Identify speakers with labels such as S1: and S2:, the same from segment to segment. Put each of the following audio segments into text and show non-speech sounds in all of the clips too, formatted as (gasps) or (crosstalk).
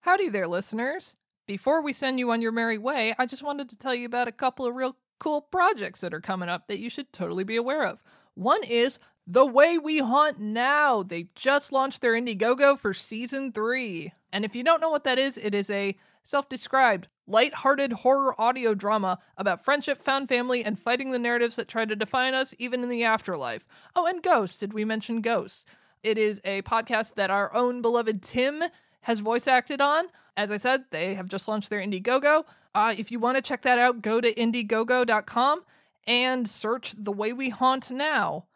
S1: Howdy there, listeners. Before we send you on your merry way, I just wanted to tell you about a couple of real cool projects that are coming up that you should totally be aware of. One is The Way We Haunt Now. They just launched their Indiegogo for season three. And if you don't know what that is, it is a self described, light-hearted horror audio drama about friendship, found family, and fighting the narratives that try to define us even in the afterlife. Oh, and ghosts. Did we mention ghosts? It is a podcast that our own beloved Tim has voice acted on. As I said, they have just launched their Indiegogo. Uh, if you want to check that out, go to Indiegogo.com and search The Way We Haunt Now.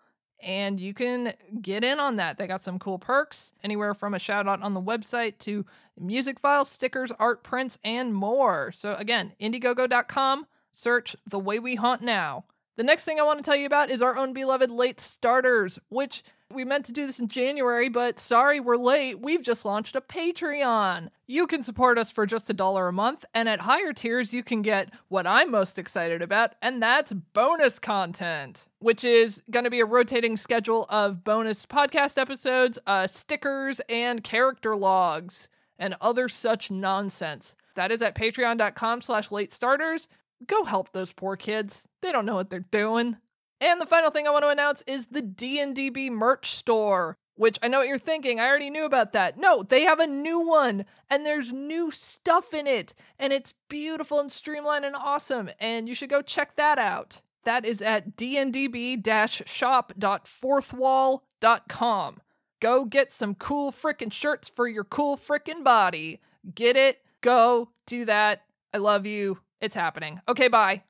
S1: And you can get in on that. They got some cool perks, anywhere from a shout out on the website to music files, stickers, art prints, and more. So, again, Indiegogo.com, search The Way We Haunt Now. The next thing I want to tell you about is our own beloved late starters, which we meant to do this in January, but sorry, we're late. We've just launched a Patreon. You can support us for just a dollar a month, and at higher tiers, you can get what I'm most excited about, and that's bonus content, which is going to be a rotating schedule of bonus podcast episodes, uh, stickers, and character logs, and other such nonsense. That is at patreon.com slash late starters. Go help those poor kids. They don't know what they're doing. And the final thing I want to announce is the D&DB merch store, which I know what you're thinking. I already knew about that. No, they have a new one and there's new stuff in it and it's beautiful and streamlined and awesome and you should go check that out. That is at dndb-shop.fourthwall.com. Go get some cool frickin' shirts for your cool frickin' body. Get it. Go do that. I love you. It's happening. Okay, bye.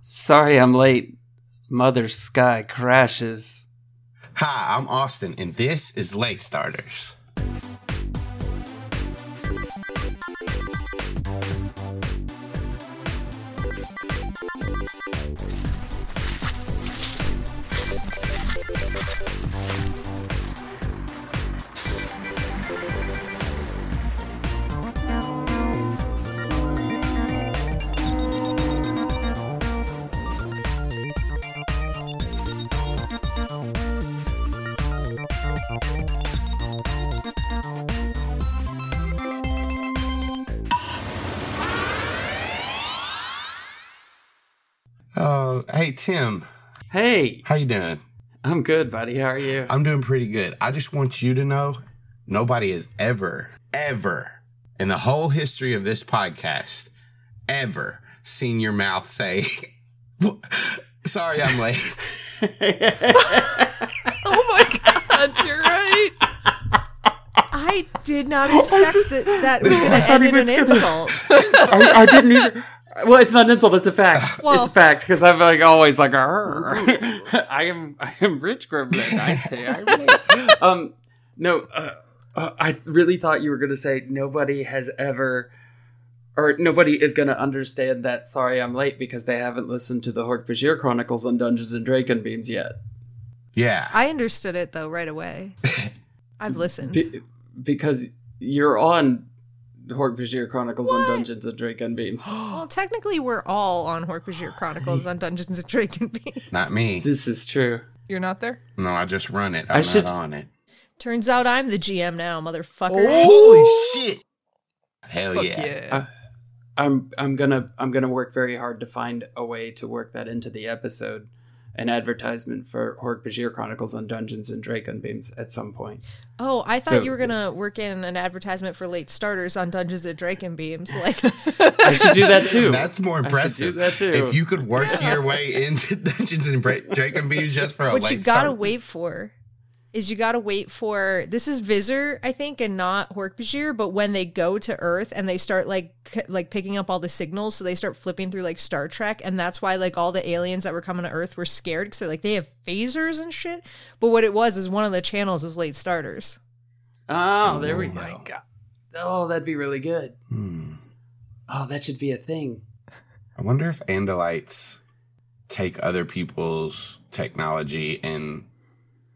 S2: Sorry I'm late. Mother Sky crashes.
S3: Hi, I'm Austin, and this is Late Starters. Oh, hey Tim,
S2: Hey,
S3: how you doing?
S2: I'm good, buddy. How are you?
S3: (laughs) I'm doing pretty good. I just want you to know, nobody has ever, ever, in the whole history of this podcast, ever seen your mouth say, (laughs) "Sorry,
S2: (laughs)
S3: I'm late."
S1: Oh my (laughs) god, you're right.
S4: I did not expect that that was
S2: (laughs)
S4: going to end in an insult.
S2: I, I didn't even. Well, it's not an insult. It's a fact.
S4: Well-
S2: it's a fact because I'm like always like, "Arr." (laughs) I am, I am rich Gremlin. I say, I relate. um, no, uh, uh, I really thought you were gonna say nobody has ever, or nobody is gonna understand that. Sorry, I'm late because they haven't listened to the Hork Bashir Chronicles on Dungeons and Draken Beams yet.
S3: yeah.
S4: I understood it though right away. I've listened.
S2: Be- because you're on Hork Bashir Chronicles on Dungeons and Draken Beams. (gasps)
S4: Well, technically, we're all on Horcrux Chronicles on Dungeons and Dragons.
S3: Not me.
S2: this is true.
S1: (laughs) You're not there?
S3: No, I just run it.
S2: I
S3: I'm not
S2: should-
S3: on it.
S4: Turns out I'm the GM now, motherfucker.
S3: Holy shit! Hell
S1: Fuck
S3: Oh, yeah.
S1: yeah.
S2: I'm I'm gonna I'm gonna work very hard to find a way to work that into the episode, an advertisement for Hork Bashir Chronicles on Dungeons and Draken Beams at some point.
S4: Oh, I thought
S2: So-
S4: you were gonna work in an advertisement for late starters on Dungeons and Dragon
S3: (laughs)
S4: Beams. Like,
S2: I should do that too.
S3: That's more
S2: should
S3: impressive.
S2: do that too.
S3: If you could work your way into (laughs) Dungeons and Bra- Dragon Bees just for a
S4: what
S3: late
S4: you gotta
S3: start.
S4: wait for is you gotta wait for this is Visor, I think, and not Hork-Bajir. But when they go to Earth and they start like c- like picking up all the signals, so they start flipping through like Star Trek, and that's why like all the aliens that were coming to Earth were scared because like they have phasers and shit. But what it was is one of the channels is late starters.
S2: Oh, there we
S3: Oh
S2: go.
S3: my God.
S2: Oh, that'd be really good.
S3: Hmm.
S2: Oh, that should be a thing.
S3: I wonder if Andalites take other people's technology and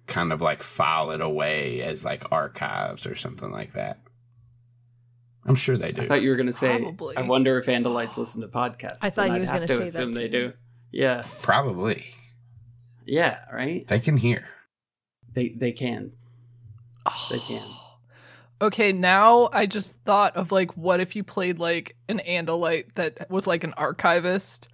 S3: kind of like file it away as like archives or something like that. I'm sure they
S2: I
S3: do.
S2: thought you were gonna say.
S1: Probably.
S2: I wonder if Andalites listen to podcasts.
S4: I thought
S2: and
S4: you
S2: I'd
S4: was
S2: have
S4: gonna
S2: to
S4: say that
S2: assume They
S4: too.
S2: do. Yeah.
S3: Probably.
S2: Yeah. Right.
S3: They can hear.
S4: (laughs)
S2: They they can. They can.
S1: Oh. Okay, now I just thought of like, what if you played like an Andalite that was like an archivist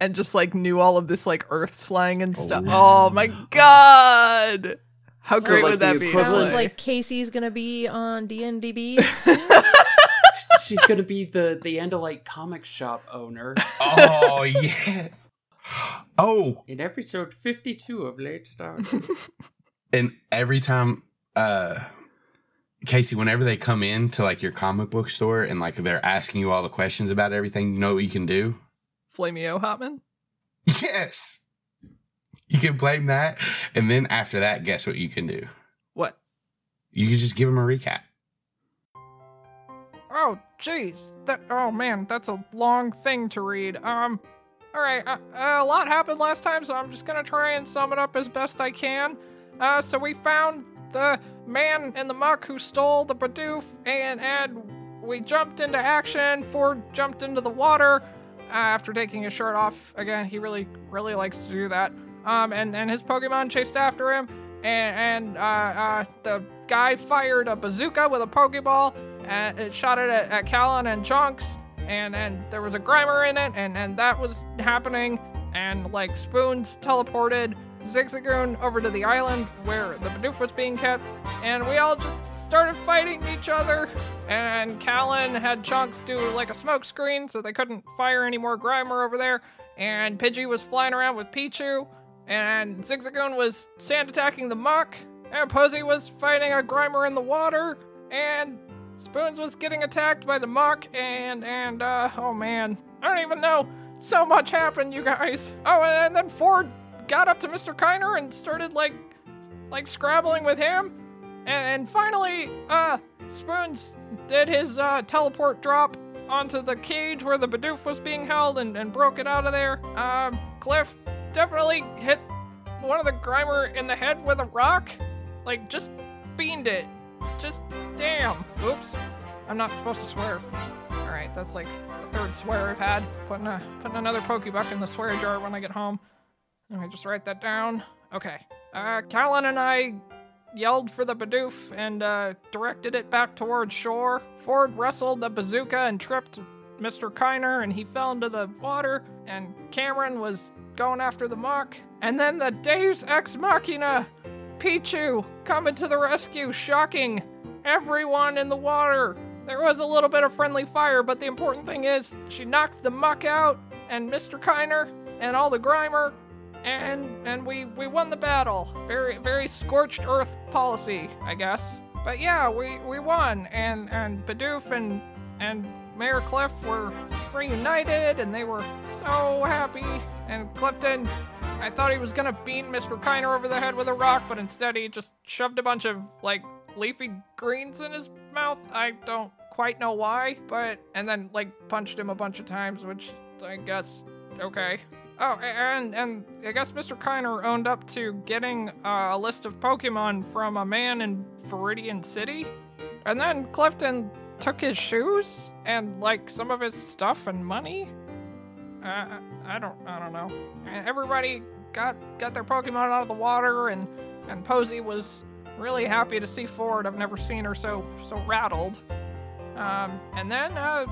S1: and just like knew all of this like Earth slang and stuff? Oh,
S3: Oh.
S1: my god, how
S2: So,
S1: great
S2: like,
S1: would
S2: the
S1: that be?
S2: equivalent-
S4: Sounds
S2: Probably.
S4: like Casey's gonna be on DNDB.
S2: (laughs) She's gonna be the the Andalite comic shop owner
S3: Oh (laughs) yeah. Oh,
S2: in episode fifty two of
S1: (laughs)
S2: Late Star.
S3: and every time uh Casey, whenever they come in to like your comic book store and like they're asking you all the questions about everything, you know what you can do?
S1: (laughs)
S3: (laughs)
S1: Flamio Hotman.
S3: Yes. You can blame that. And then after that, guess what you can do?
S1: What?
S3: You can just give them a recap.
S1: Oh, jeez. That. Oh man, that's a long thing to read. Um. All right. Uh, a lot happened last time, so I'm just gonna try and sum it up as best I can. Uh. So we found the man in the muck who stole the Bidoof, and and we jumped into action. Ford jumped into the water. Uh, after taking his shirt off again, he really, really likes to do that. Um, and, and his Pokemon chased after him, and, and uh, uh, the guy fired a bazooka with a Pokeball, and it shot it at, at Callan and Chonks, and, and there was a Grimer in it, and, and that was happening, and like Spoons teleported Zigzagoon over to the island where the Bidoof was being kept, and we all just started fighting each other, and Callan had Chunks do like a smoke screen so they couldn't fire any more Grimer over there, and Pidgey was flying around with Pichu, and Zigzagoon was sand attacking the muck, and Posey was fighting a Grimer in the water, and Spoons was getting attacked by the muck, and and uh oh man, I don't even know. So much happened, you guys. Oh, and then Ford got up to Mr. Kiner and started like like scrabbling with him, and, and finally, uh, Spoons did his uh, teleport drop onto the cage where the Bidoof was being held and, and broke it out of there. Um, Cliff definitely hit one of the Grimer in the head with a rock. Like, just beamed it. Just damn. Oops. I'm not supposed to swear. All right, that's like the third swear I've had. Putting a putting another Pokebuck in the swear jar when I get home. Let me just write that down. Okay. Uh, Callan and I yelled for the Bidoof and uh, directed it back towards shore. Ford wrestled the bazooka and tripped Mr. Kiner and he fell into the water. And Cameron was going after the muck. And then the Deus Ex Machina, Pichu, coming to the rescue, shocking everyone in the water. There was a little bit of friendly fire, but the important thing is she knocked the muck out and Mr. Kiner and all the Grimer and and we we won the battle. Very very scorched earth policy, I guess. But yeah, we we won, and and Bidoof and and Mayor Cliff were reunited, and they were so happy. And Clifton, I thought he was gonna beat Mr. Kiner over the head with a rock, but instead he just shoved a bunch of like leafy greens in his mouth. I don't quite know why, but and then like punched him a bunch of times, which I guess okay. Oh, a- and and I guess Mr. Kiner owned up to getting uh, a list of Pokemon from a man in Viridian City, and then Clifton took his shoes and like some of his stuff and money. Uh, I- I don't, I don't know. And everybody got got their Pokemon out of the water, and and Posey was really happy to see Ford. I've never seen her so so rattled. Um, and then uh,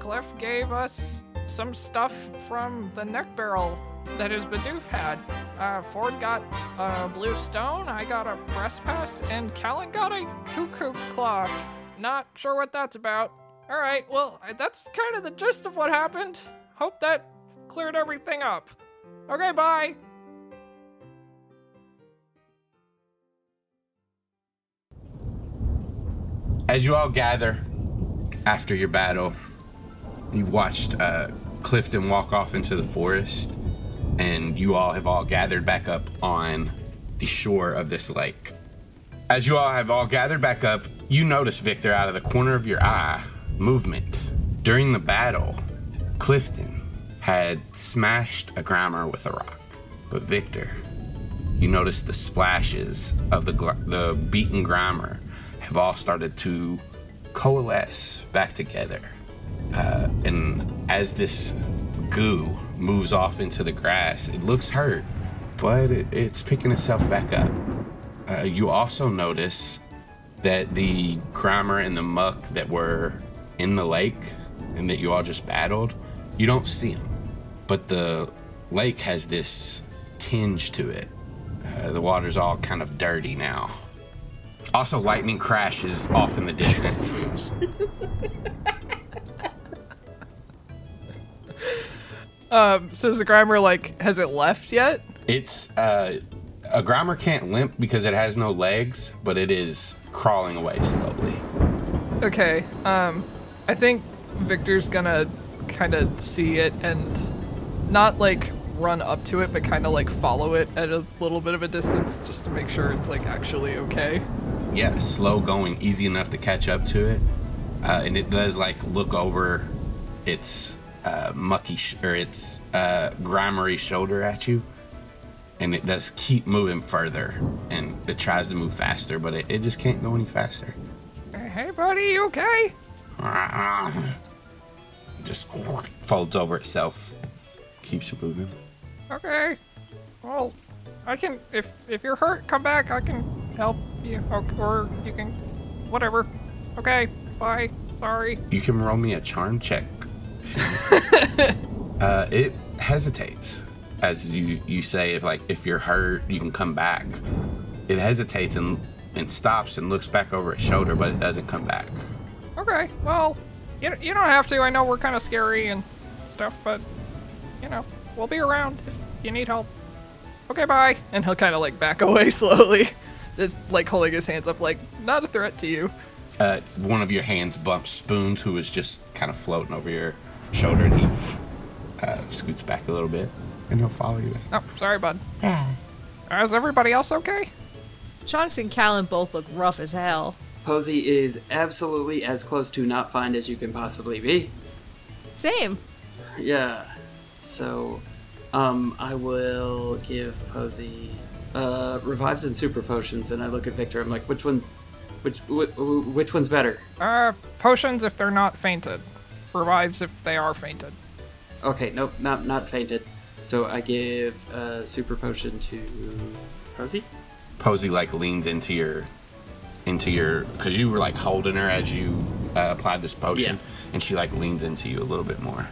S1: Cliff gave us some stuff from the neck barrel that his Bidoof had. Uh, Ford got a blue stone, I got a breast pass, and Callan got a cuckoo clock. Not sure what that's about. Alright, well, that's kind of the gist of what happened. Hope that cleared everything up. Okay, bye!
S3: As you all gather after your battle, you watched uh, Clifton walk off into the forest, and you all have all gathered back up on the shore of this lake. As you all have all gathered back up, you notice Victor out of the corner of your eye movement. During the battle, Clifton had smashed a grimer with a rock, but Victor you notice the splashes of the gl- the beaten grimer have all started to coalesce back together. Uh, and as this goo moves off into the grass, it looks hurt, but it, it's picking itself back up. Uh, you also notice that the Grimer and the Muck that were in the lake and that you all just battled, you don't see them. But the lake has this tinge to it. Uh, the water's all kind of dirty now. Also, lightning crashes off in the distance.
S1: Um, so is the Grimer like, has it left yet?
S3: it's uh, a Grimer can't limp because it has no legs, but it is crawling away slowly.
S1: Okay. Um, I think Victor's gonna kind of see it and not like run up to it, but kind of like follow it at a little bit of a distance just to make sure it's like actually okay.
S3: yeah, slow going, easy enough to catch up to it, uh, and it does like look over its uh, mucky sh- or its uh, grimery shoulder at you, and it does keep moving further, and it tries to move faster, but it, it just can't go any faster.
S1: Hey, buddy, you okay?
S3: (clears throat) Just folds over itself, keeps moving.
S1: Okay. Well, I can. If if you're hurt, come back. I can help you, or, or you can, whatever. Okay. Bye. Sorry.
S3: You can roll me a charm check. uh, it hesitates as you you say if like if you're hurt you can come back. It hesitates and and stops and looks back over its shoulder, but it doesn't come back.
S1: Okay. Well, you you don't have to. I know we're kind of scary and stuff, but you know we'll be around if you need help. Okay. Bye. And he'll kind of like back (laughs) away slowly, just like holding his hands up, like not a threat to you.
S3: Uh, one of your hands bumps Spoons, who is just kind of floating over your shoulder, and he uh, scoots back a little bit, and he'll follow you.
S1: Oh, sorry, bud. Is everybody else okay?
S4: Chonks and Callan both look rough as hell.
S2: Posey is absolutely as close to not fine as you can possibly be.
S4: Same.
S2: Yeah. So, um, I will give Posey uh, revives and super potions, and I look at Victor. I'm like, which one's, which wh- wh- which one's better?
S1: Uh, potions if they're not fainted, revives if they are fainted.
S2: Okay, nope, not not fainted. So I give uh, super potion to Posey.
S3: Posey like leans into your into your because you were like holding her as you uh, applied this potion, and she like leans into you a little bit more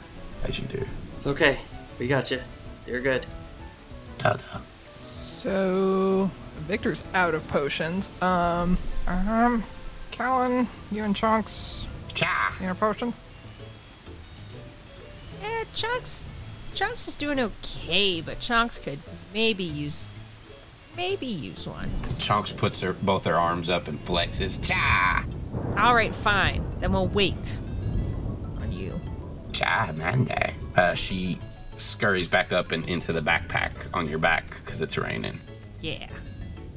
S3: as you do.
S2: It's okay. We got you. You're good.
S3: Ta-da.
S1: So Victor's out of potions. Um, um, Callan, you and Chunks,
S3: Cha.
S1: you know, potion.
S4: Yeah, Eh, Chunks. Chunks is doing okay, but Chunks could maybe use, maybe use one.
S3: Chonks puts her both her arms up and flexes. Cha.
S4: All right, fine. Then we'll wait on you.
S3: Cha Monday. Uh, she scurries back up and into the backpack on your back because it's raining.
S4: Yeah.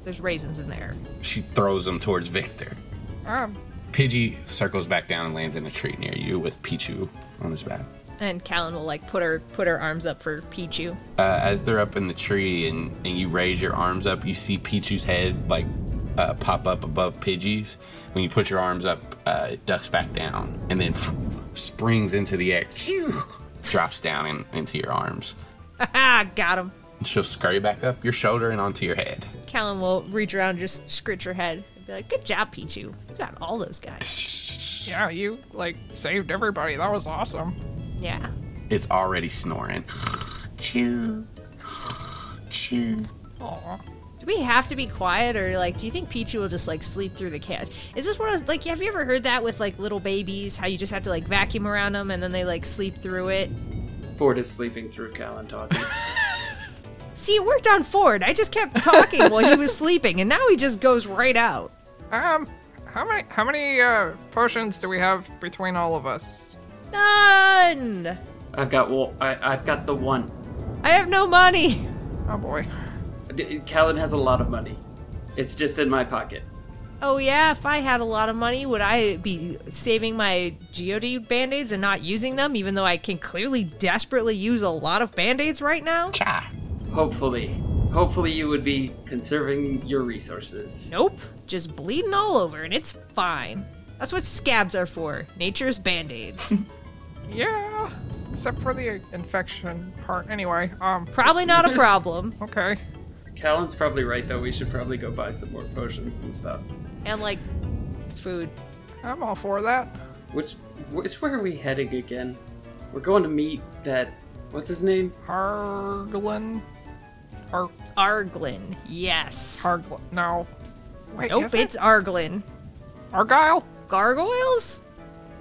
S4: There's raisins in there.
S3: She throws them towards Victor.
S1: Um,
S3: Pidgey circles back down and lands in a tree near you with Pichu on his back.
S4: And Callan will like put her put her arms up for Pichu.
S3: uh, as they're up in the tree and, and you raise your arms up, you see Pichu's head like uh, pop up above Pidgey's. When you put your arms up, uh, it ducks back down and then springs into the air, Phew! drops down in, into your arms.
S4: Haha, Ah, got him.
S3: She'll scurry back up your shoulder and onto your head.
S4: Callan will reach around, and just scritch her head, and be like, "Good job, Pichu. You got all those guys."
S1: yeah, you like saved everybody. That was awesome.
S4: Yeah.
S3: It's already snoring. (sighs) Chew, chew.
S1: Aw.
S4: Do we have to be quiet, or like, do you think Pichu will just like sleep through the chaos? Is this one of those- like, have you ever heard that with like little babies, how you just have to like vacuum around them and then they like sleep through it?
S2: Ford is sleeping through Callan talking.
S4: See, it worked on Ford. I just kept talking while he was sleeping, and now he just goes right out.
S1: Um, how many how many uh potions do we have between all of us?
S4: None.
S2: (laughs) I've got well, I, I've got the one.
S4: I have no money. (laughs)
S1: Oh boy.
S2: D- Callan has a lot of money. It's just in my pocket.
S4: Oh yeah, if I had a lot of money, would I be saving my Geodude band-aids and not using them, even though I can clearly desperately use a lot of band-aids right now?
S3: Cha.
S2: Hopefully, hopefully you would be conserving your resources.
S4: Nope. Just bleeding all over and it's fine. That's what scabs are for.
S2: (laughs)
S4: Nature's band-aids.
S1: Yeah. Except for the infection part. Anyway, um,
S4: Probably not a problem.
S1: okay.
S2: Callan's probably right though. We should probably go buy some more potions and stuff.
S4: And like food.
S1: I'm all for that.
S2: Which, which where are we heading again? We're going to meet that. What's his name?
S1: Harglin. Har-
S4: Arglin, yes.
S1: Harglin. No. Wait,
S4: nope,
S1: is it?
S4: it's Arglin.
S1: Argyle?
S4: Gargoyles?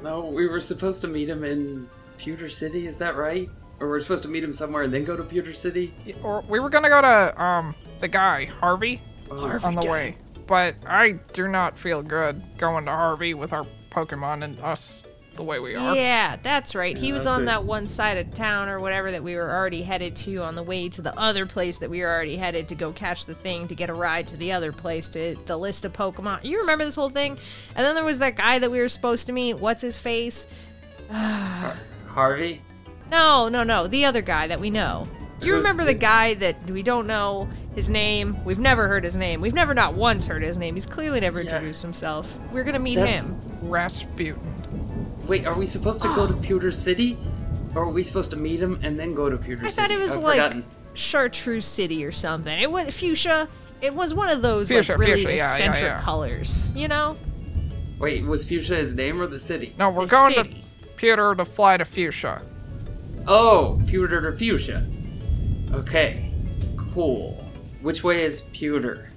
S2: No, we were supposed to meet him in Pewter City. Is that right? Or we're supposed to meet him somewhere and then go to Pewter City?
S1: Y- Or we were gonna go to um the guy Harvey
S4: Harvey
S1: on the
S4: Dent.
S1: way, but I do not feel good going to Harvey with our Pokemon and us the way we are.
S4: Yeah, that's right. he was
S2: that's
S4: on
S2: it.
S4: that one side of town or whatever that we were already headed to on the way to the other place that we were already headed to go catch the thing to get a ride to the other place to the list of Pokemon. You remember this whole thing? And then there was that guy that we were supposed to meet. What's his face?
S2: Harvey?
S4: No, no, no. The other guy that we know. Do you
S2: It was
S4: remember the
S2: the-
S4: guy that we don't know his name? We've never heard his name. We've never not once heard his name. He's clearly never
S2: Yeah.
S4: introduced himself. We're going to meet
S2: That's-
S4: him.
S1: Rasputin.
S2: Wait, are we supposed to go
S4: (gasps)
S2: to Pewter City? Or are we supposed to meet him and then go to Pewter
S4: I
S2: City?
S4: thought it was
S2: I've
S4: like
S2: forgotten.
S4: Chartreuse City or something. It was fuchsia. It was one of those
S1: Fuchsia,
S4: like really
S1: fuchsia, yeah, yeah,
S4: eccentric
S1: yeah.
S4: colors, you know?
S2: Wait, was Fuchsia his name or the city?
S1: No, we're
S4: The
S1: going
S4: city.
S1: to Pewter to fly to Fuchsia. (laughs)
S2: Oh, Pewter to Fuchsia. Okay, cool. Which way is Pewter?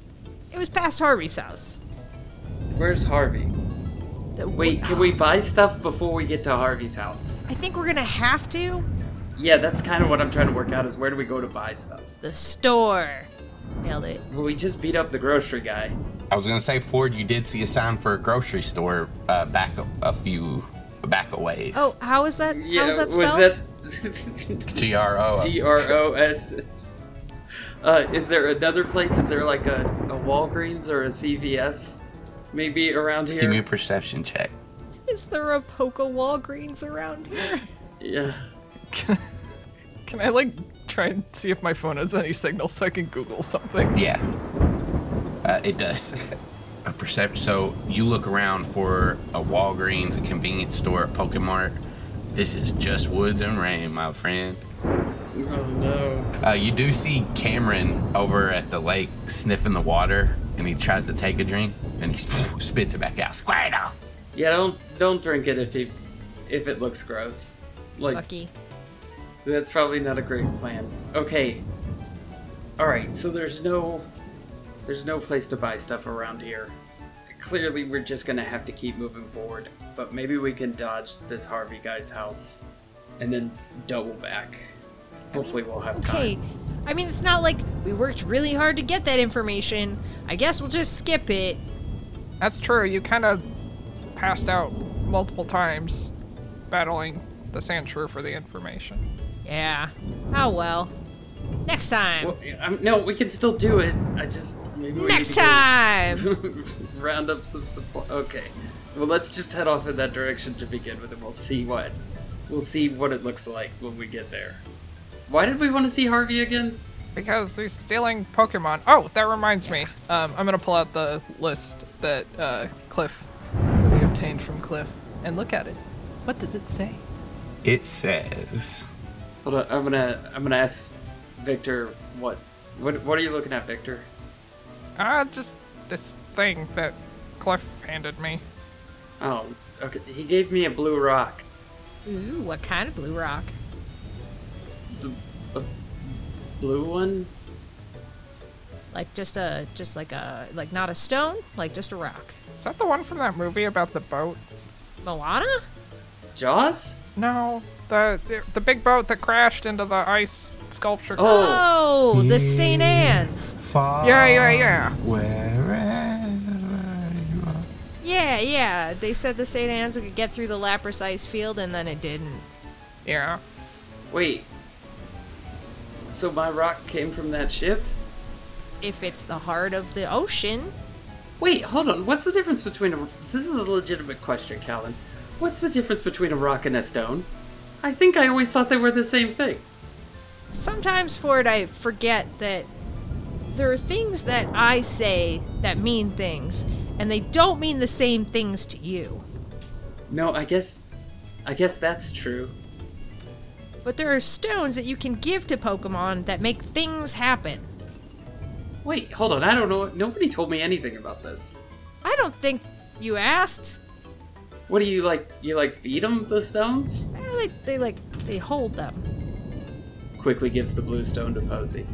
S4: It was past Harvey's house.
S2: Where's Harvey?
S4: The-
S2: Wait, can we buy stuff before we get to Harvey's house?
S4: I think we're gonna have to.
S2: Yeah, that's kind of what I'm trying to work out is where do we go to buy stuff?
S4: The store. Nailed it.
S2: Well, we just beat up the grocery guy.
S3: I was gonna say, Ford, you did see a sign for a grocery store uh, back a, a few back a ways.
S4: Oh, how is that?
S2: Yeah,
S4: how is that
S2: was
S4: spelled?
S2: that (laughs)
S3: G R O.
S2: G R O S S? Uh, Is there another place? Is there like a, a Walgreens or a CVS maybe around here?
S3: Give me a perception check.
S4: Is there a Poco Walgreens around here?
S2: yeah.
S1: Can I, can I like try and see if my phone has any signal so I can Google something?
S3: Yeah, uh, it does. (laughs) a perception. So you look around for a Walgreens, a convenience store, a Pokemart. This is just woods and rain, my friend.
S2: Oh no.
S3: Uh, you do see Cameron over at the lake sniffing the water, and he tries to take a drink, and he (laughs) spits it back out. Squirtle.
S2: Yeah, don't don't drink it if you if it looks gross. Like
S4: Lucky.
S2: that's probably not a great plan. Okay. All right, so there's no there's no place to buy stuff around here. Clearly, we're just going to have to keep moving forward, but maybe we can dodge this Harvey guy's house and then double back. Hopefully, we'll have
S4: Okay.
S2: time.
S4: I mean, it's not like we worked really hard to get that information. I guess we'll just skip it.
S1: That's true. You kind of passed out multiple times battling the Sandshrew for the information.
S4: Yeah. Oh well. Next time.
S2: Well, I'm, no, we can still do it. I just maybe we need
S4: Next
S2: to go- (laughs)
S4: time.
S2: round up some support. Okay. Well, let's just head off in that direction to begin with, and we'll see what we'll see what it looks like when we get there. Why did we want to see Harvey again?
S1: Because he's stealing Pokemon. Oh, that reminds me. Um, I'm gonna pull out the list that uh, Cliff that we obtained from Cliff and look at it. What does it say?
S3: It says.
S2: Hold on, I'm gonna I'm gonna ask Victor what what what are you looking at, Victor?
S1: Ah, just this thing that Cliff handed me.
S2: Oh, okay. He gave me a blue rock.
S4: Ooh, what kind of blue rock?
S2: The a blue one?
S4: Like just a just like a like not a stone, like just a rock.
S1: Is that the one from that movie about the boat?
S4: Moana?
S2: Jaws?
S1: No, the the, the big boat that crashed into the ice sculpture.
S2: Oh,
S4: Oh, the St. Anne's.
S3: Far
S1: Yeah, yeah, yeah.
S3: Wherever you are.
S4: Yeah, yeah. They said the St. Anne's we could get through the Lapras ice field and then it didn't.
S1: Yeah.
S2: wait. So my rock came from that ship?
S4: If it's the heart of the ocean,
S2: Wait, hold on. What's the difference between a? This is a legitimate question, Callan. What's the difference between a rock and a stone? I think I always thought they were the same thing.
S4: sometimes Ford I forget that there are things that I say that mean things, and they don't mean the same things to you.
S2: No, I guess, I guess that's true.
S4: But there are stones that you can give to Pokemon that make things happen.
S2: Wait, hold on. I don't know. Nobody told me anything about this.
S4: I don't think You asked?
S2: What do you like? You like feed them the stones?
S4: Eh, They, they like they hold them.
S2: Quickly gives the blue stone to Posey.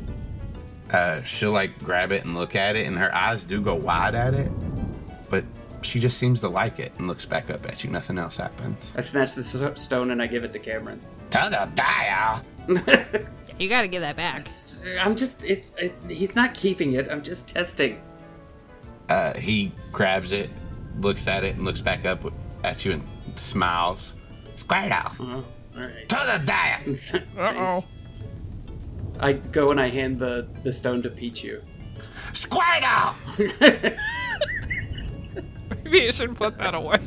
S3: Uh, she'll like grab it and look at it, and her eyes do go wide at it, but she just seems to like it and looks back up at you. Nothing else happens.
S2: I snatch the s- stone and I give it to Cameron.
S3: Tell the dial.
S4: You got to give that back.
S2: I'm just, it's, it, he's not keeping it. I'm just testing.
S3: Uh, he grabs it, looks at it, and looks back up at you and smiles. Mm-hmm. Squared off.
S2: Oh, all right.
S3: Tell the dial.
S2: Thanks. I go and I hand the, the stone to Pichu.
S3: Squared off.
S1: (laughs) Maybe you should put that away.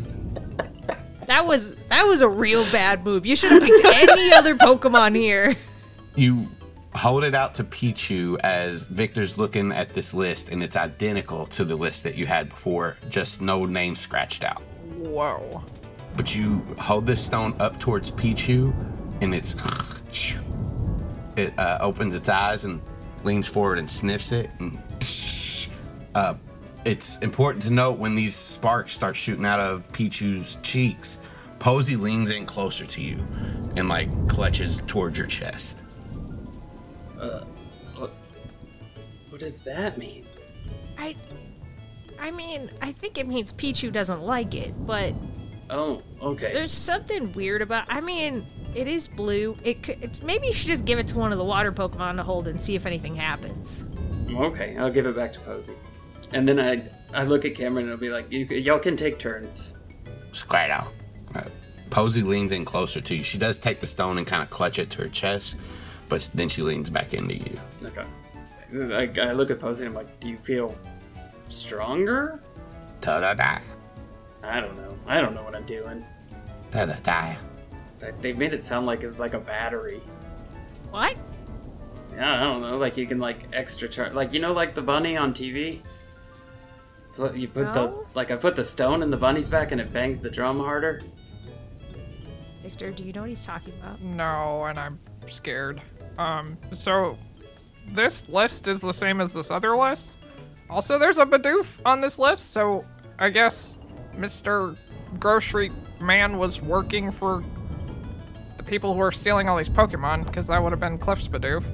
S4: That was that was a real bad move. You should have (laughs) picked any other Pokemon here.
S3: You hold it out to Pichu as Victor's looking at this list, and it's identical to the list that you had before, just no name scratched out.
S1: Whoa.
S3: But you hold this stone up towards Pichu, and it's. It uh, opens its eyes and leans forward and sniffs it. And uh, it's important to note when these sparks start shooting out of Pichu's cheeks, Posey leans in closer to you and like clutches towards your chest.
S2: What does that mean?
S4: I I mean, I think it means Pichu doesn't like it, but
S2: Oh, okay.
S4: there's something weird about I mean, it is blue. It could, it's, maybe you should just give it to one of the water Pokemon to hold and see if anything happens.
S2: Okay, I'll give it back to Posey. And then I, I look at Cameron and I'll be like, you, y'all can take turns.
S3: Squirtle. Uh, Posey leans in closer to you. She does take the stone and kind of clutch it to her chest, but then she leans back into you.
S2: Okay. uh, I, I look at Posey and I'm like, do you feel stronger?
S3: Da da da.
S2: I don't know. I don't know what I'm doing.
S3: Da da da.
S2: They- They made it sound like it's like a battery.
S4: What?
S2: Yeah, I don't know. Like you can like extra charge, like you know, like the bunny on TV. So you put
S4: No.
S2: the like I put the stone in the bunny's back and it bangs the drum harder.
S4: Victor, do you know what he's talking about?
S1: No, and I'm scared. Um, so this list is the same as this other list. Also, there's a Bidoof on this list, so I guess Mr. Grocery Man was working for the people who are stealing all these Pokemon, because that would have been Cliff's Bidoof.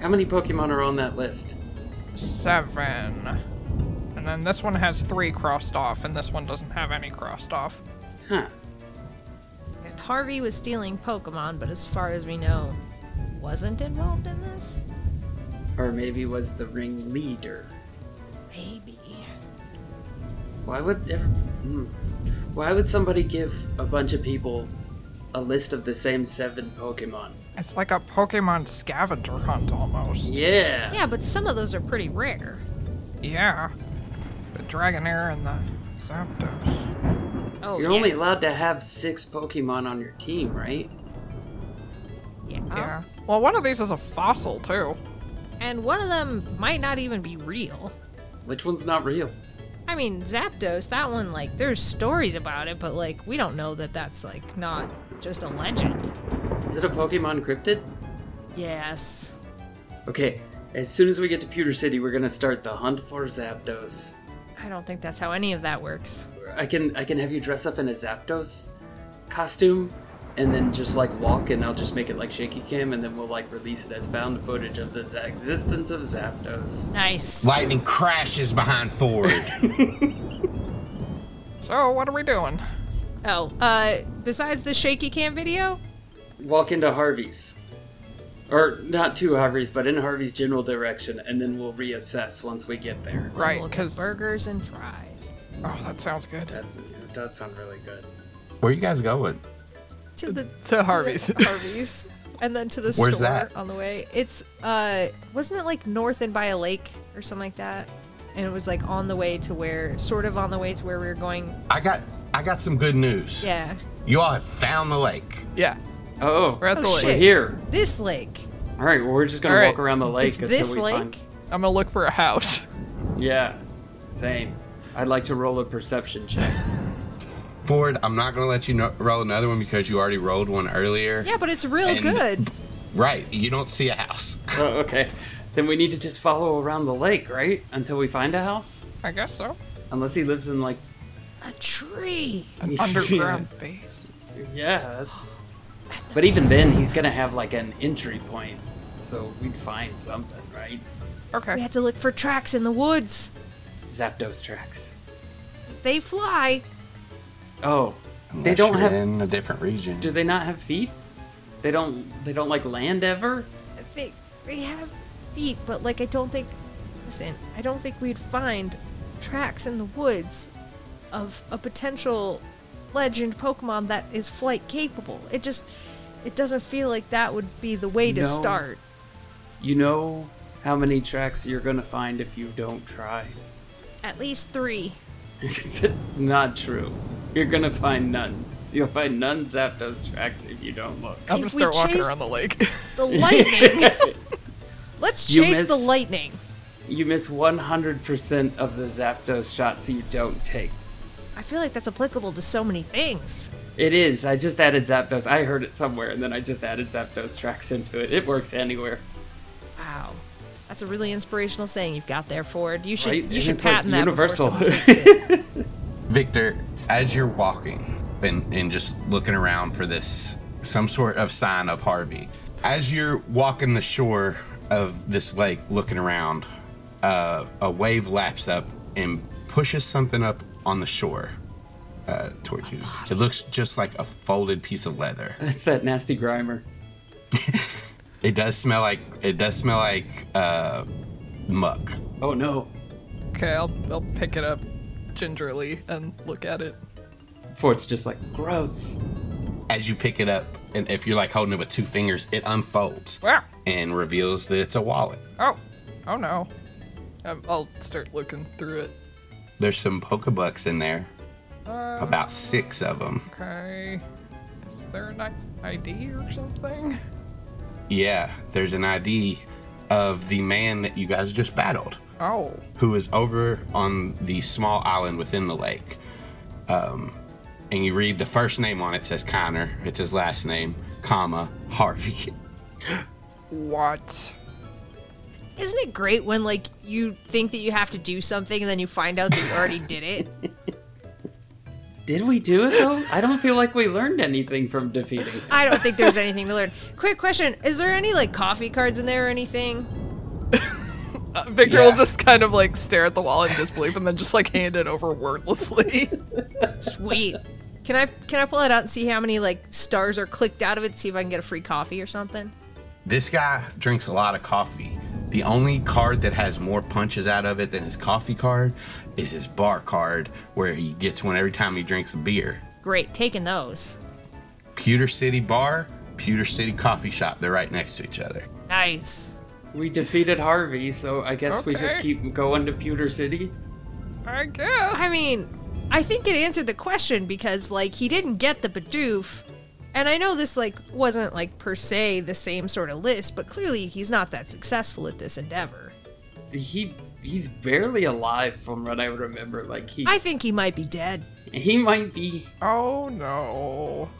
S2: How many Pokemon are on that list?
S1: Seven. And then this one has three crossed off, and this one doesn't have any crossed off.
S2: Huh.
S4: And Harvey was stealing Pokemon, but as far as we know, wasn't involved in this?
S2: Or maybe was the ringleader.
S4: Maybe.
S2: Why would ever, hmm. why would somebody give a bunch of people a list of the same seven Pokemon?
S1: It's like a Pokemon scavenger hunt almost.
S2: Yeah.
S4: Yeah, but some of those are pretty rare.
S1: Yeah. The Dragonair and the Zapdos.
S4: Oh,
S2: You're
S4: yeah.
S2: only allowed to have six Pokemon on your team, right?
S4: yeah.
S1: Yeah. Well, one of these is a fossil, too.
S4: And one of them might not even be real.
S2: Which one's not real?
S4: I mean, Zapdos, that one, like, there's stories about it, but, like, we don't know that that's, like, not just a legend.
S2: Is it a Pokemon cryptid?
S4: Yes.
S2: Okay, as soon as we get to Pewter City, we're gonna start the hunt for Zapdos.
S4: I don't think that's how any of that works.
S2: I can I can have you dress up in a Zapdos costume, and then just like walk, and I'll just make it like shaky cam, and then we'll like release it as found footage of the za- existence of Zapdos.
S4: Nice.
S3: Lightning crashes behind Ford.
S1: So, what are we doing?
S4: Oh, uh, besides the shaky cam video,
S2: Walk into Harvey's, or not to Harvey's, but in Harvey's general direction, and then we'll reassess once we get there.
S1: Right,
S4: we'll get
S1: because. Oh,
S4: burgers and fries.
S1: that sounds good.
S2: That's it does sound really good.
S3: (laughs) Where you guys going?
S4: To the
S1: To Harvey's.
S4: to Harvey's. And then to the
S3: Where's
S4: store
S3: that?
S4: on the way. It's uh wasn't it like north and by a lake or something like that? And it was like on the way to where sort of on the way to where we were going.
S3: I got I got some good news.
S4: Yeah.
S3: You all have found the lake.
S1: Yeah.
S2: Oh,
S1: We're at the
S4: Oh,
S1: lake.
S4: shit.
S2: here.
S4: This lake.
S2: All right, well, we're just gonna
S1: All right.
S2: walk around the lake
S4: It's
S2: until
S4: this
S2: we
S4: lake.
S2: find.
S1: I'm gonna look for a house. (laughs)
S2: Yeah, same. I'd like to roll a perception check.
S3: Ford, I'm not gonna let you no- roll another one because you already rolled one earlier.
S4: Yeah, but it's real
S3: And-
S4: good.
S3: Right. You don't see a house.
S2: oh, okay. Then we need to just follow around the lake, right? Until we find a house?
S1: I guess so.
S2: Unless he lives in like
S4: A tree
S1: An
S4: (laughs)
S2: Yeah.
S1: underground base.
S2: Yeah, that's... but even then, he's gonna have like an entry point, so we'd find something, right?
S4: We
S1: Okay.
S4: had to look for tracks in the woods.
S2: Zapdos tracks.
S4: They fly.
S2: Oh, they
S3: Unless
S2: don't
S3: you're
S2: have.
S3: in a different region.
S2: Do they not have feet? They don't. They don't like land ever.
S4: They they have feet, but like I don't think listen, I don't think we'd find tracks in the woods of a potential legend Pokemon that is flight capable. It just it doesn't feel like that would be the way to
S2: No.
S4: start.
S2: You know how many tracks you're gonna find if you don't try. (laughs)
S4: At least 3.
S2: that's not true. You're gonna find none. You'll find none Zapdos tracks if you don't look.
S1: I'm
S4: If
S1: gonna
S4: we
S1: start walking
S4: chase-
S1: around the lake. (laughs)
S4: The lightning. Let's
S2: You
S4: chase the
S2: missed.
S4: lightning.
S2: You miss 100% of the Zapdos shots you don't take.
S4: I feel like that's applicable to so many things.
S2: It is. I just added Zapdos. I heard it somewhere, and then I just added Zapdos tracks into it. It works anywhere.
S4: Wow. That's a really inspirational saying you've got there, Ford. You should
S2: Right?
S4: you
S2: And
S4: should
S2: it's, like,
S4: patent that
S2: universal.
S4: before
S2: (laughs)
S4: someone takes it.
S3: Victor, as you're walking and, and just looking around for this some sort of sign of Harvey, as you're walking the shore of this lake looking around, uh, a wave laps up and pushes something up on the shore uh, towards you. It looks just like a folded piece of leather.
S2: It's that nasty Grimer.
S3: It does smell like it does smell like uh, muck.
S2: Oh no.
S1: okay, I'll I'll pick it up gingerly and look at it.
S2: Fort's just like, gross.
S3: As you pick it up, and if you're like holding it with two fingers, it unfolds
S1: Wow.
S3: and reveals that it's a wallet.
S1: Oh. Oh no. Um, I'll start looking through it.
S3: There's some Pokebucks in there. About six of them.
S1: Okay. Is there an I- ID or something?
S3: Yeah, there's an ID of the man that you guys just battled,
S1: Oh.
S3: who is over on the small island within the lake. Um, and you read the first name on it says Connor. It's his last name, comma Harvey. (laughs)
S1: What?
S4: Isn't it great when like you think that you have to do something and then you find out that you already did it?
S2: Did we do it though? I don't feel like we learned anything from defeating him.
S4: I don't think there's anything to learn. Quick question: Is there any like coffee cards in there or anything?
S1: Uh, Victor
S3: Yeah.
S1: will just kind of like stare at the wall in disbelief and then just like hand it over
S4: (laughs)
S1: wordlessly.
S4: Sweet. Can I can I pull it out and see how many like stars are clicked out of it? See if I can get a free coffee or something.
S3: This guy drinks a lot of coffee. The only card that has more punches out of it than his coffee card is his bar card, where he gets one every time he drinks a beer.
S4: Great, taking those.
S3: Pewter City Bar, Pewter City Coffee Shop. They're right next to each other.
S4: Nice.
S2: We defeated Harvey, so I guess we just
S1: Okay.
S2: keep going to Pewter City.
S1: I guess.
S4: I mean, I think it answered the question because like he didn't get the Bidoof. And I know this like wasn't like per se the same sort of list, but clearly he's not that successful at this endeavor.
S2: He he's barely alive from what I would remember. Like he
S4: I think he might be dead.
S2: he might be
S1: oh no.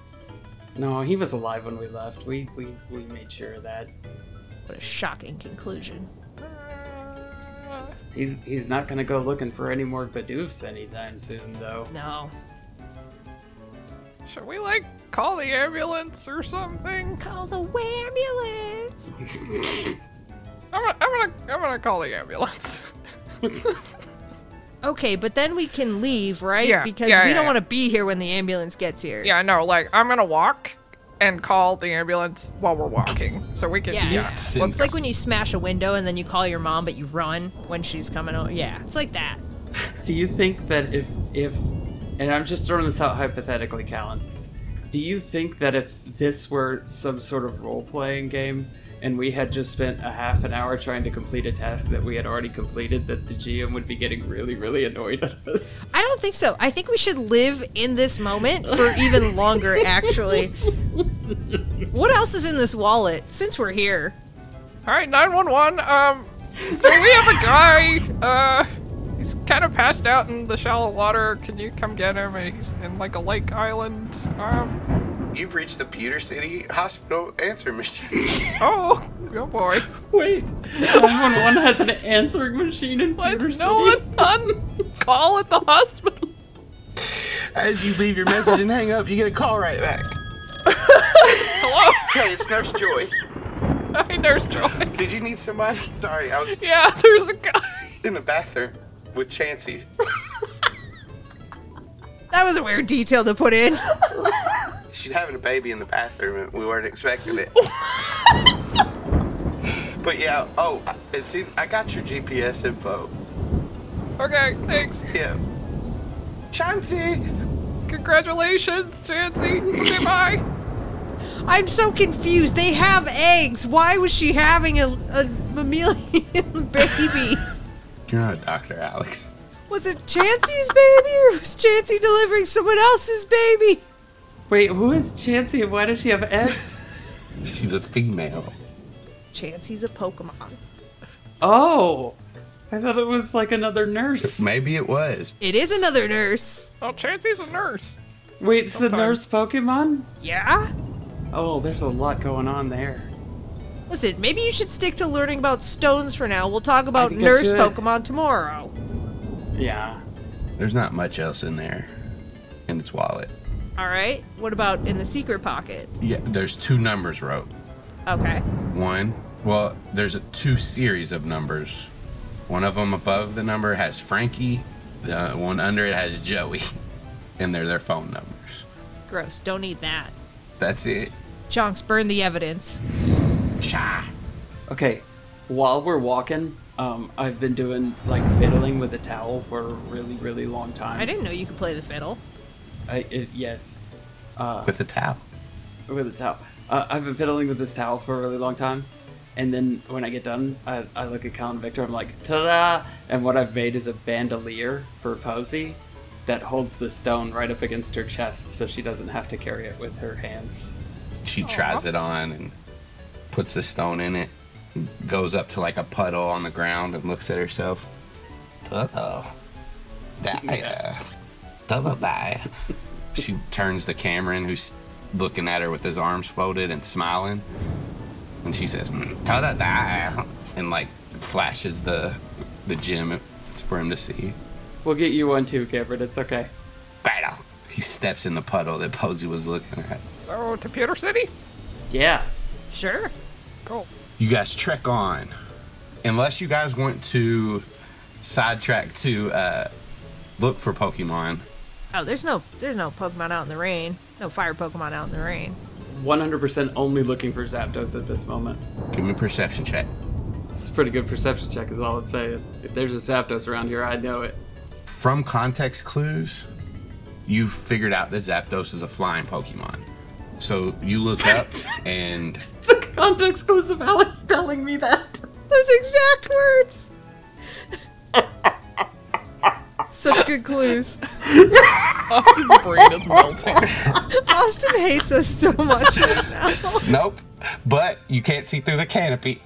S2: No, he was alive when we left. We we, we made sure of that.
S4: What a shocking conclusion.
S1: Uh,
S2: He's he's not gonna go looking for any more Bidoofs anytime soon though.
S4: No.
S1: should we like call the ambulance or something?
S4: Call the ambulance.
S1: (laughs) I'm gonna, I'm gonna, I'm gonna call the ambulance. (laughs)
S4: Okay, but then we can leave, right?
S1: Yeah,
S4: Because
S1: yeah,
S4: we
S1: yeah,
S4: don't
S1: yeah.
S4: want to be here when the ambulance gets here.
S1: yeah, no, like I'm gonna walk and call the ambulance while we're walking, so we can.
S4: Yeah.
S1: Yeah.
S4: Yeah.
S1: Let's
S4: It's like when you smash a window and then you call your mom, but you run when she's coming over. Yeah, it's like that.
S2: Do you think that if if and I'm just throwing this out hypothetically, Callan. Do you think that if this were some sort of role playing game and we had just spent a half an hour trying to complete a task that we had already completed, that the GM would be getting really, really annoyed at us?
S4: I don't think so. I think we should live in this
S1: (laughs)
S4: moment for even longer, actually. What else is in this wallet since we're here?
S1: All right, nine one one. Um, so we have a guy. Uh, he's kind of passed out in the shallow water. Can you come get him? He's in like a lake island. Um,
S5: You've reached the Pewter City Hospital answer machine.
S1: Oh, oh boy.
S2: (laughs) Wait, 911 has an answering machine in
S1: Why
S2: Peter
S1: is no one on call at the hospital?
S3: (laughs) As you leave your message and hang up, you get a call right back.
S1: Hello? (laughs)
S5: hey, it's Nurse Joy.
S1: Hi, Nurse Joy.
S5: Did you need somebody? (laughs) Sorry, I was
S1: Yeah, (laughs) there's a guy.
S5: in the bathroom with Chansey.
S4: That was a weird detail to
S1: (laughs)
S4: put in.
S5: She's having a baby in the bathroom, and we weren't expecting
S3: (laughs)
S5: it. but yeah, oh, I- it seems I got your GPS info.
S1: Okay, thanks.
S5: Yeah. Chansey!
S1: Congratulations, Chansey. Okay, bye.
S4: I'm so confused. They have eggs. Why was she having a, a mammalian (laughs) baby?
S3: You're not a doctor, Alex.
S4: Was it Chansey's baby or was Chansey delivering someone else's baby?
S2: Wait, who is Chansey and why does she have eggs?
S3: She's a female.
S4: Chansey's a Pokemon.
S2: Oh, I thought it was like another nurse.
S3: Maybe it was.
S4: It is another nurse.
S1: Oh, Chansey's a nurse.
S2: Wait, it's the nurse
S1: Sometimes.
S2: Pokemon?
S4: Yeah?
S2: Oh, there's a lot going on there.
S4: Listen, maybe you should stick to learning about stones for now. We'll talk about
S2: think I
S4: nurse
S2: should.
S4: Pokemon tomorrow.
S2: Yeah.
S3: There's not much else in there in its wallet.
S4: All right? What about in the secret pocket?
S3: Yeah, there's two numbers wrote.
S4: Okay.
S3: One, well, there's a, two series of numbers. One of them above the number has Frankie, the one under it has Joey, (laughs) and they're their phone numbers.
S4: Gross. Don't need that.
S3: That's it.
S4: Chonks, burn the evidence.
S3: Cha.
S2: Okay, while we're walking, um, I've been doing like fiddling with a towel for a really, really long time.
S4: I didn't know you could play the fiddle.
S2: I, it, yes,
S3: With a towel.
S2: with a towel. Uh, I've been fiddling with this towel for a really long time. And then when I get done, I, I look at Colin Victor. I'm like, ta-da! And what I've made is a bandolier for Posy that holds the stone right up against her chest, so she doesn't have to carry it with her hands.
S3: She tries it on and puts the stone in it, goes up to like a puddle on the ground and looks at herself. Uh-oh. Die. Uh, die. She turns to Cameron, who's looking at her with his arms folded and smiling. And she says, "Mm, ta-da-da," and like flashes the the gem for him to see.
S2: We'll get you one too, Cameron. It's okay.
S3: Battle. He steps in the puddle that Posey was looking at.
S1: So, Oh, to Pewter City?
S2: Yeah.
S4: Sure.
S1: (laughs) Cool.
S3: you guys trek on unless you guys want to sidetrack to uh, look for pokemon
S4: Oh, there's no there's no Pokemon out in the rain. No fire Pokemon out in the rain.
S2: 100% only looking for Zapdos at this moment.
S3: give me a perception check
S2: It's a pretty good perception check, is all I'm saying. If there's a Zapdos around here, I know it. (laughs)
S3: from context clues you've figured out that zapdos is a flying pokemon so you look up and
S2: The context clues of Alex telling me that. (laughs)
S4: Those exact words. (laughs) Such good clues.
S1: Austin's brain is melting.
S4: Austin hates us so much right now.
S3: nope but you can't see through the canopy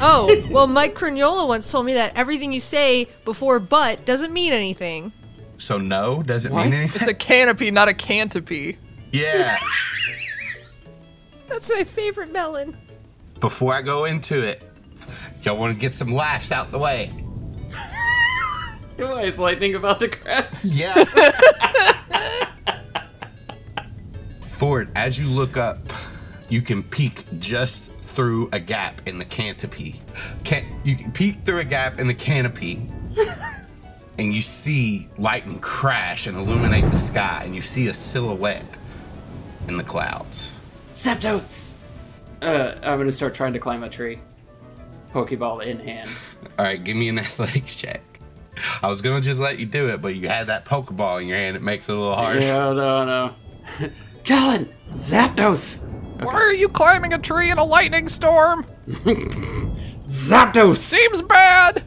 S4: Oh, well, Mike Crignola once told me that everything you say before but doesn't mean anything.
S3: so no doesn't
S2: What?
S3: mean
S1: (laughs) It's
S3: anything
S1: a canopy, not a cantopy.
S3: yeah
S4: That's my favorite melon.
S3: before i go into it y'all want to get some laughs out the way
S2: Why is lightning about to crash?
S3: Yeah. (laughs) Ford, as you look up, you can peek just through a gap in the canopy. Can you can peek through a gap in the canopy? and you see lightning crash and illuminate the sky, and you see a silhouette in the clouds.
S2: Zapdos! Uh, I'm gonna start trying to climb a tree. Pokeball in hand. (laughs)
S3: All right, give me an (laughs) athletics check. I was gonna just let you do it, but you had that Pokeball in your hand. It makes it a little hard.
S2: Yeah, no, (laughs) no. Colin! Zapdos!
S1: Why are you climbing a tree in a lightning storm?
S2: Zapdos!
S1: Seems bad.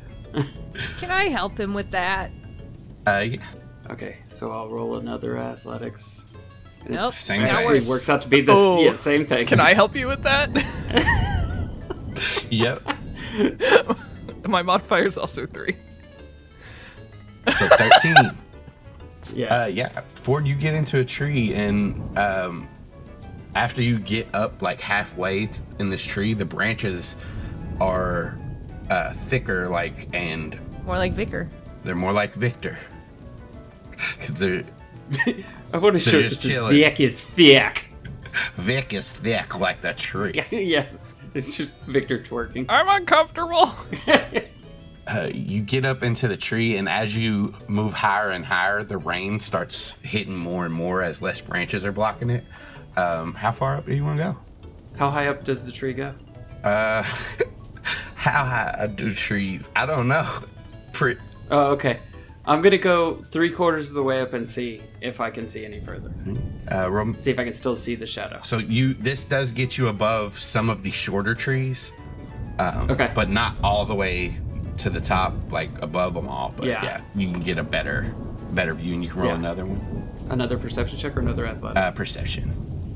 S4: Can I help him with that?
S3: Uh, yeah.
S2: (laughs) Okay, so I'll roll another athletics.
S4: Nope.
S3: Same
S4: That
S3: thing.
S2: Actually,
S4: works.
S2: works out to be the
S1: Oh.
S2: yeah, same thing.
S1: Can I help you with (laughs) that?
S3: Yep.
S1: My modifier is also three.
S3: So thirteen.
S2: Yeah.
S3: Uh, yeah, Ford, you get into a tree, and um, after you get up like halfway t- in this tree, the branches are uh, thicker, like, and
S4: More like Vicar.
S3: they're more like Victor. (laughs) Because they're
S2: I want to show
S3: just
S2: this
S3: chilling.
S2: thick is thick.
S3: Vic is thick like the tree.
S2: (laughs) yeah, it's just Victor twerking.
S1: I'm uncomfortable.
S3: Uh, you get up into the tree, and as you move higher and higher, the rain starts hitting more and more as less branches are blocking it. Um, how far up do you want to
S2: How high up does the tree go?
S3: go? Uh, (laughs) how high do trees? I don't know. (laughs) Pre-
S2: Oh, okay. I'm gonna go three quarters of the way up and see if I can see any further.
S3: uh, rom-
S2: See if I can still see the shadow.
S3: so you this does get you above some of the shorter trees, um,
S2: Okay.
S3: but not all the way to the top, like above them all. But
S2: Yeah.
S3: yeah, you can get a better better view, and you can roll
S2: Yeah.
S3: another one.
S2: Another perception check or another athletics?
S3: uh, perception.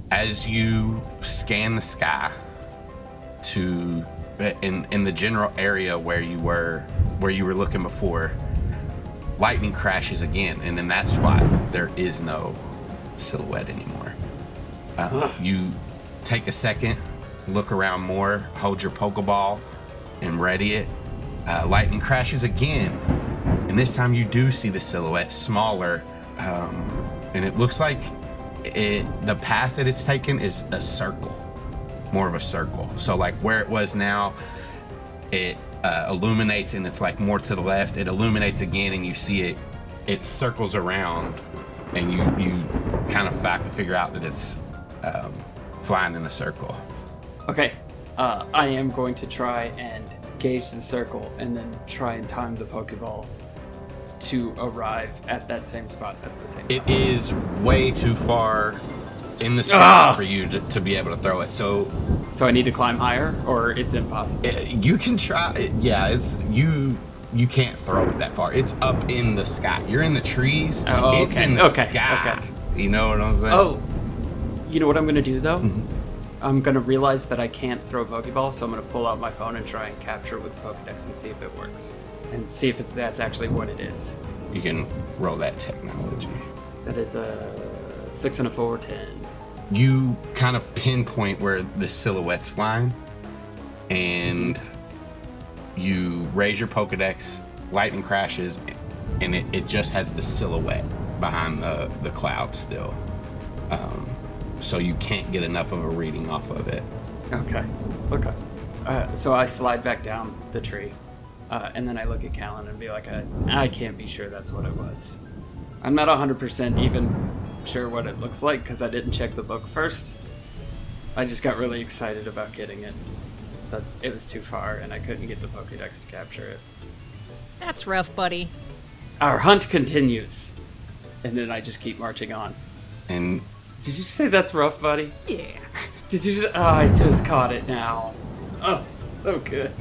S3: As you scan the sky to uh, in in the general area where you were where you were looking before, lightning crashes again, and in that spot there is no silhouette anymore. Uh, you take a second, look around more, hold your pokeball, and ready it. Uh, lightning crashes again, and this time you do see the silhouette, smaller, um, and it looks like it, the path that it's taken is a circle, more of a circle. So like where it was now, it uh, illuminates and it's like more to the left. It illuminates again, and you see it. It circles around, and you you kind of fi- figure out that it's um, flying in a circle.
S2: Okay, uh, I am going to try and gauge the circle and then try and time the Pokeball to arrive at that same spot at the same time.
S3: It is way too far in the sky
S2: Ah!
S3: for you to, to be able to throw it. So
S2: So I need to climb higher, or it's impossible.
S3: Uh, you can try it- yeah it's you you can't throw it that far it's up in the sky you're in the trees
S2: Oh,
S3: it's
S2: okay,
S3: in the
S2: okay,
S3: sky
S2: okay.
S3: you know what i'm saying
S2: Oh, you know what I'm gonna do though? I'm gonna realize that I can't throw Pokeball, so I'm gonna pull out my phone and try and capture with Pokedex and see if it works, and see if it's that's actually what it is.
S3: you can roll that technology
S2: That is a six and a four, ten.
S3: you kind of pinpoint where the silhouette's flying and you raise your pokedex lightning crashes and it, it just has the silhouette behind the, the cloud still um, so you can't get enough of a reading off of it
S2: Okay. Okay. Uh, so I slide back down the tree, uh, and then I look at Callan and be like, I, I can't be sure that's what it was. I'm not 100% even sure what it looks like because I didn't check the book first. I just got really excited about getting it, but it was too far and I couldn't get the Pokedex to capture it.
S4: That's rough, buddy.
S2: Our hunt continues, and then I just keep marching on.
S3: and
S2: Did you say that's rough, buddy?
S4: Yeah.
S2: Did you? Just, oh, I just caught it now. Oh, so good.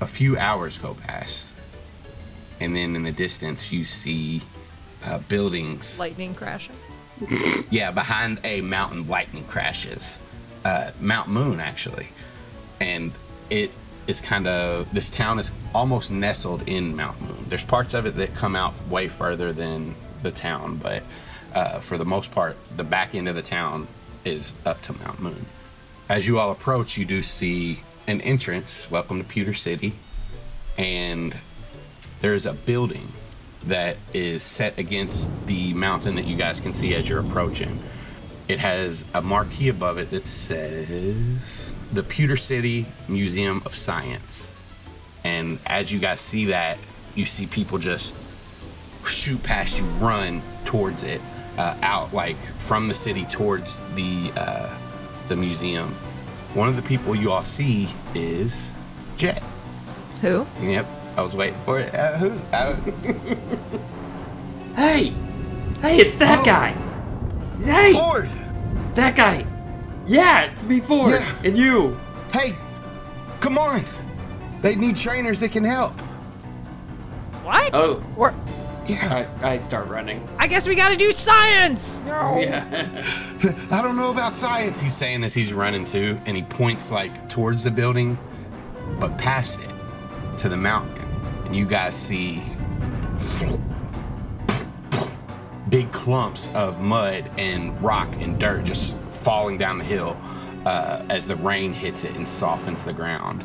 S3: a few hours go past, and then in the distance you see uh, buildings.
S4: Lightning crashing.
S3: yeah, behind a mountain, lightning crashes. Uh, Mount Moon, actually, and it is kind of this town is almost nestled in Mount Moon. There's parts of it that come out way further than the town, but uh, for the most part, the back end of the town is up to Mount Moon. As you all approach, you do see an entrance. Welcome to Pewter City, and there's a building that is set against the mountain that you guys can see as you're approaching. It has a marquee above it that says the Pewter City Museum of Science. And as you guys see that, you see people just shoot past you, run towards it, uh, out like from the city towards the uh, the museum. One of the people you all see is Jet.
S4: Who?
S3: Yep, I was waiting for it. Uh, who? I don't-
S2: Hey! Hey, it's that guy! Hey!
S3: Oh. Ford!
S2: That guy! Yeah, it's me, Ford!
S3: Yeah.
S2: And you!
S3: Hey, come on! They need trainers that can help.
S4: What?
S2: Oh,
S4: We're-
S3: Yeah,
S2: I, I start running.
S4: I guess we gotta do science.
S2: Yeah.
S3: I don't know about science. He's saying as he's running too, and he points like towards the building, but past it to the mountain, and you guys see big clumps of mud and rock and dirt just falling down the hill uh, as the rain hits it and softens the ground.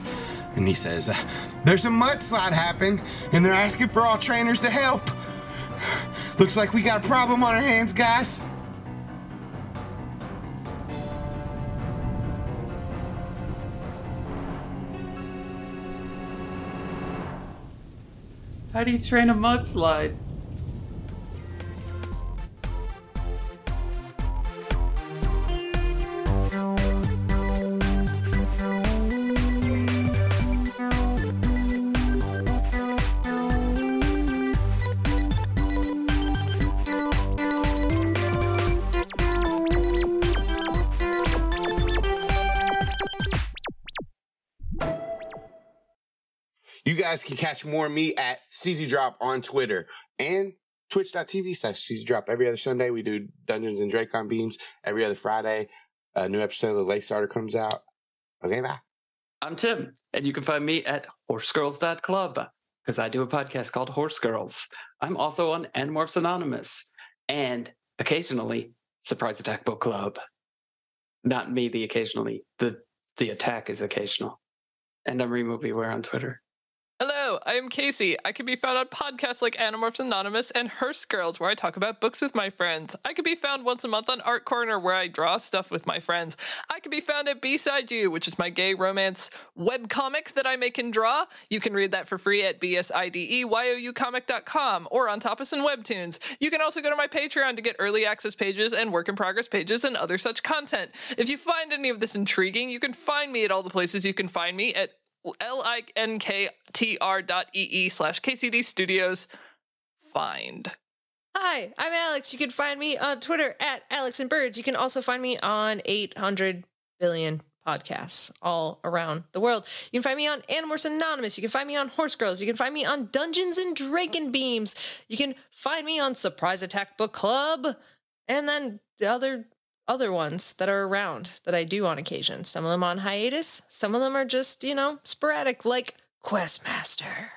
S3: And he says, uh, There's a mudslide happened, and they're asking for all trainers to help. Looks like we got a problem on our hands, guys.
S2: How do you train a mudslide?
S6: You guys can catch more of me at CZ Drop on Twitter and twitch.tv slash CZ Drop. Every other Sunday, we do Dungeons and Dracon Beams. Every other Friday, a new episode of the Late Starter comes out. Okay, bye.
S2: I'm Tim, and you can find me at horsegirls.club because I do a podcast called Horse Girls. I'm also on Animorphs Anonymous and occasionally Surprise Attack Book Club. Not me, the occasionally. The the attack is occasional. And I'm Remo Beware on Twitter.
S1: Hello, I am Casey. I can be found on podcasts like Animorphs Anonymous and Hearse Girls, where I talk about books with my friends. I can be found once a month on Art Corner, where I draw stuff with my friends. I can be found at Beside You, which is my gay romance webcomic that I make and draw. You can read that for free at E bsideyoucomic.com or on Tapas and Webtoons. You can also go to my Patreon to get early access pages and work in progress pages and other such content. If you find any of this intriguing, you can find me at all the places you can find me at L I N K T R dot E E slash KCD Studios. Find.
S4: Hi, I'm Alex. You can find me on Twitter at Alex and Birds. You can also find me on 800 billion podcasts all around the world. You can find me on Animorphs Anonymous. You can find me on Horse Girls. You can find me on Dungeons and Draken Beams. You can find me on Surprise Attack Book Club, and then the other other ones that are around that I do on occasion. Some of them on hiatus. Some of them are just you know sporadic, like Questmaster.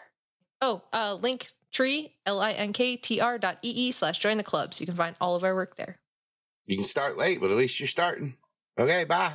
S4: Oh, uh, link tree, L-I-N-K-T-R dot E-E slash join the club. So you can find all of our work there.
S6: You can start late, but at least you're starting. Okay, bye.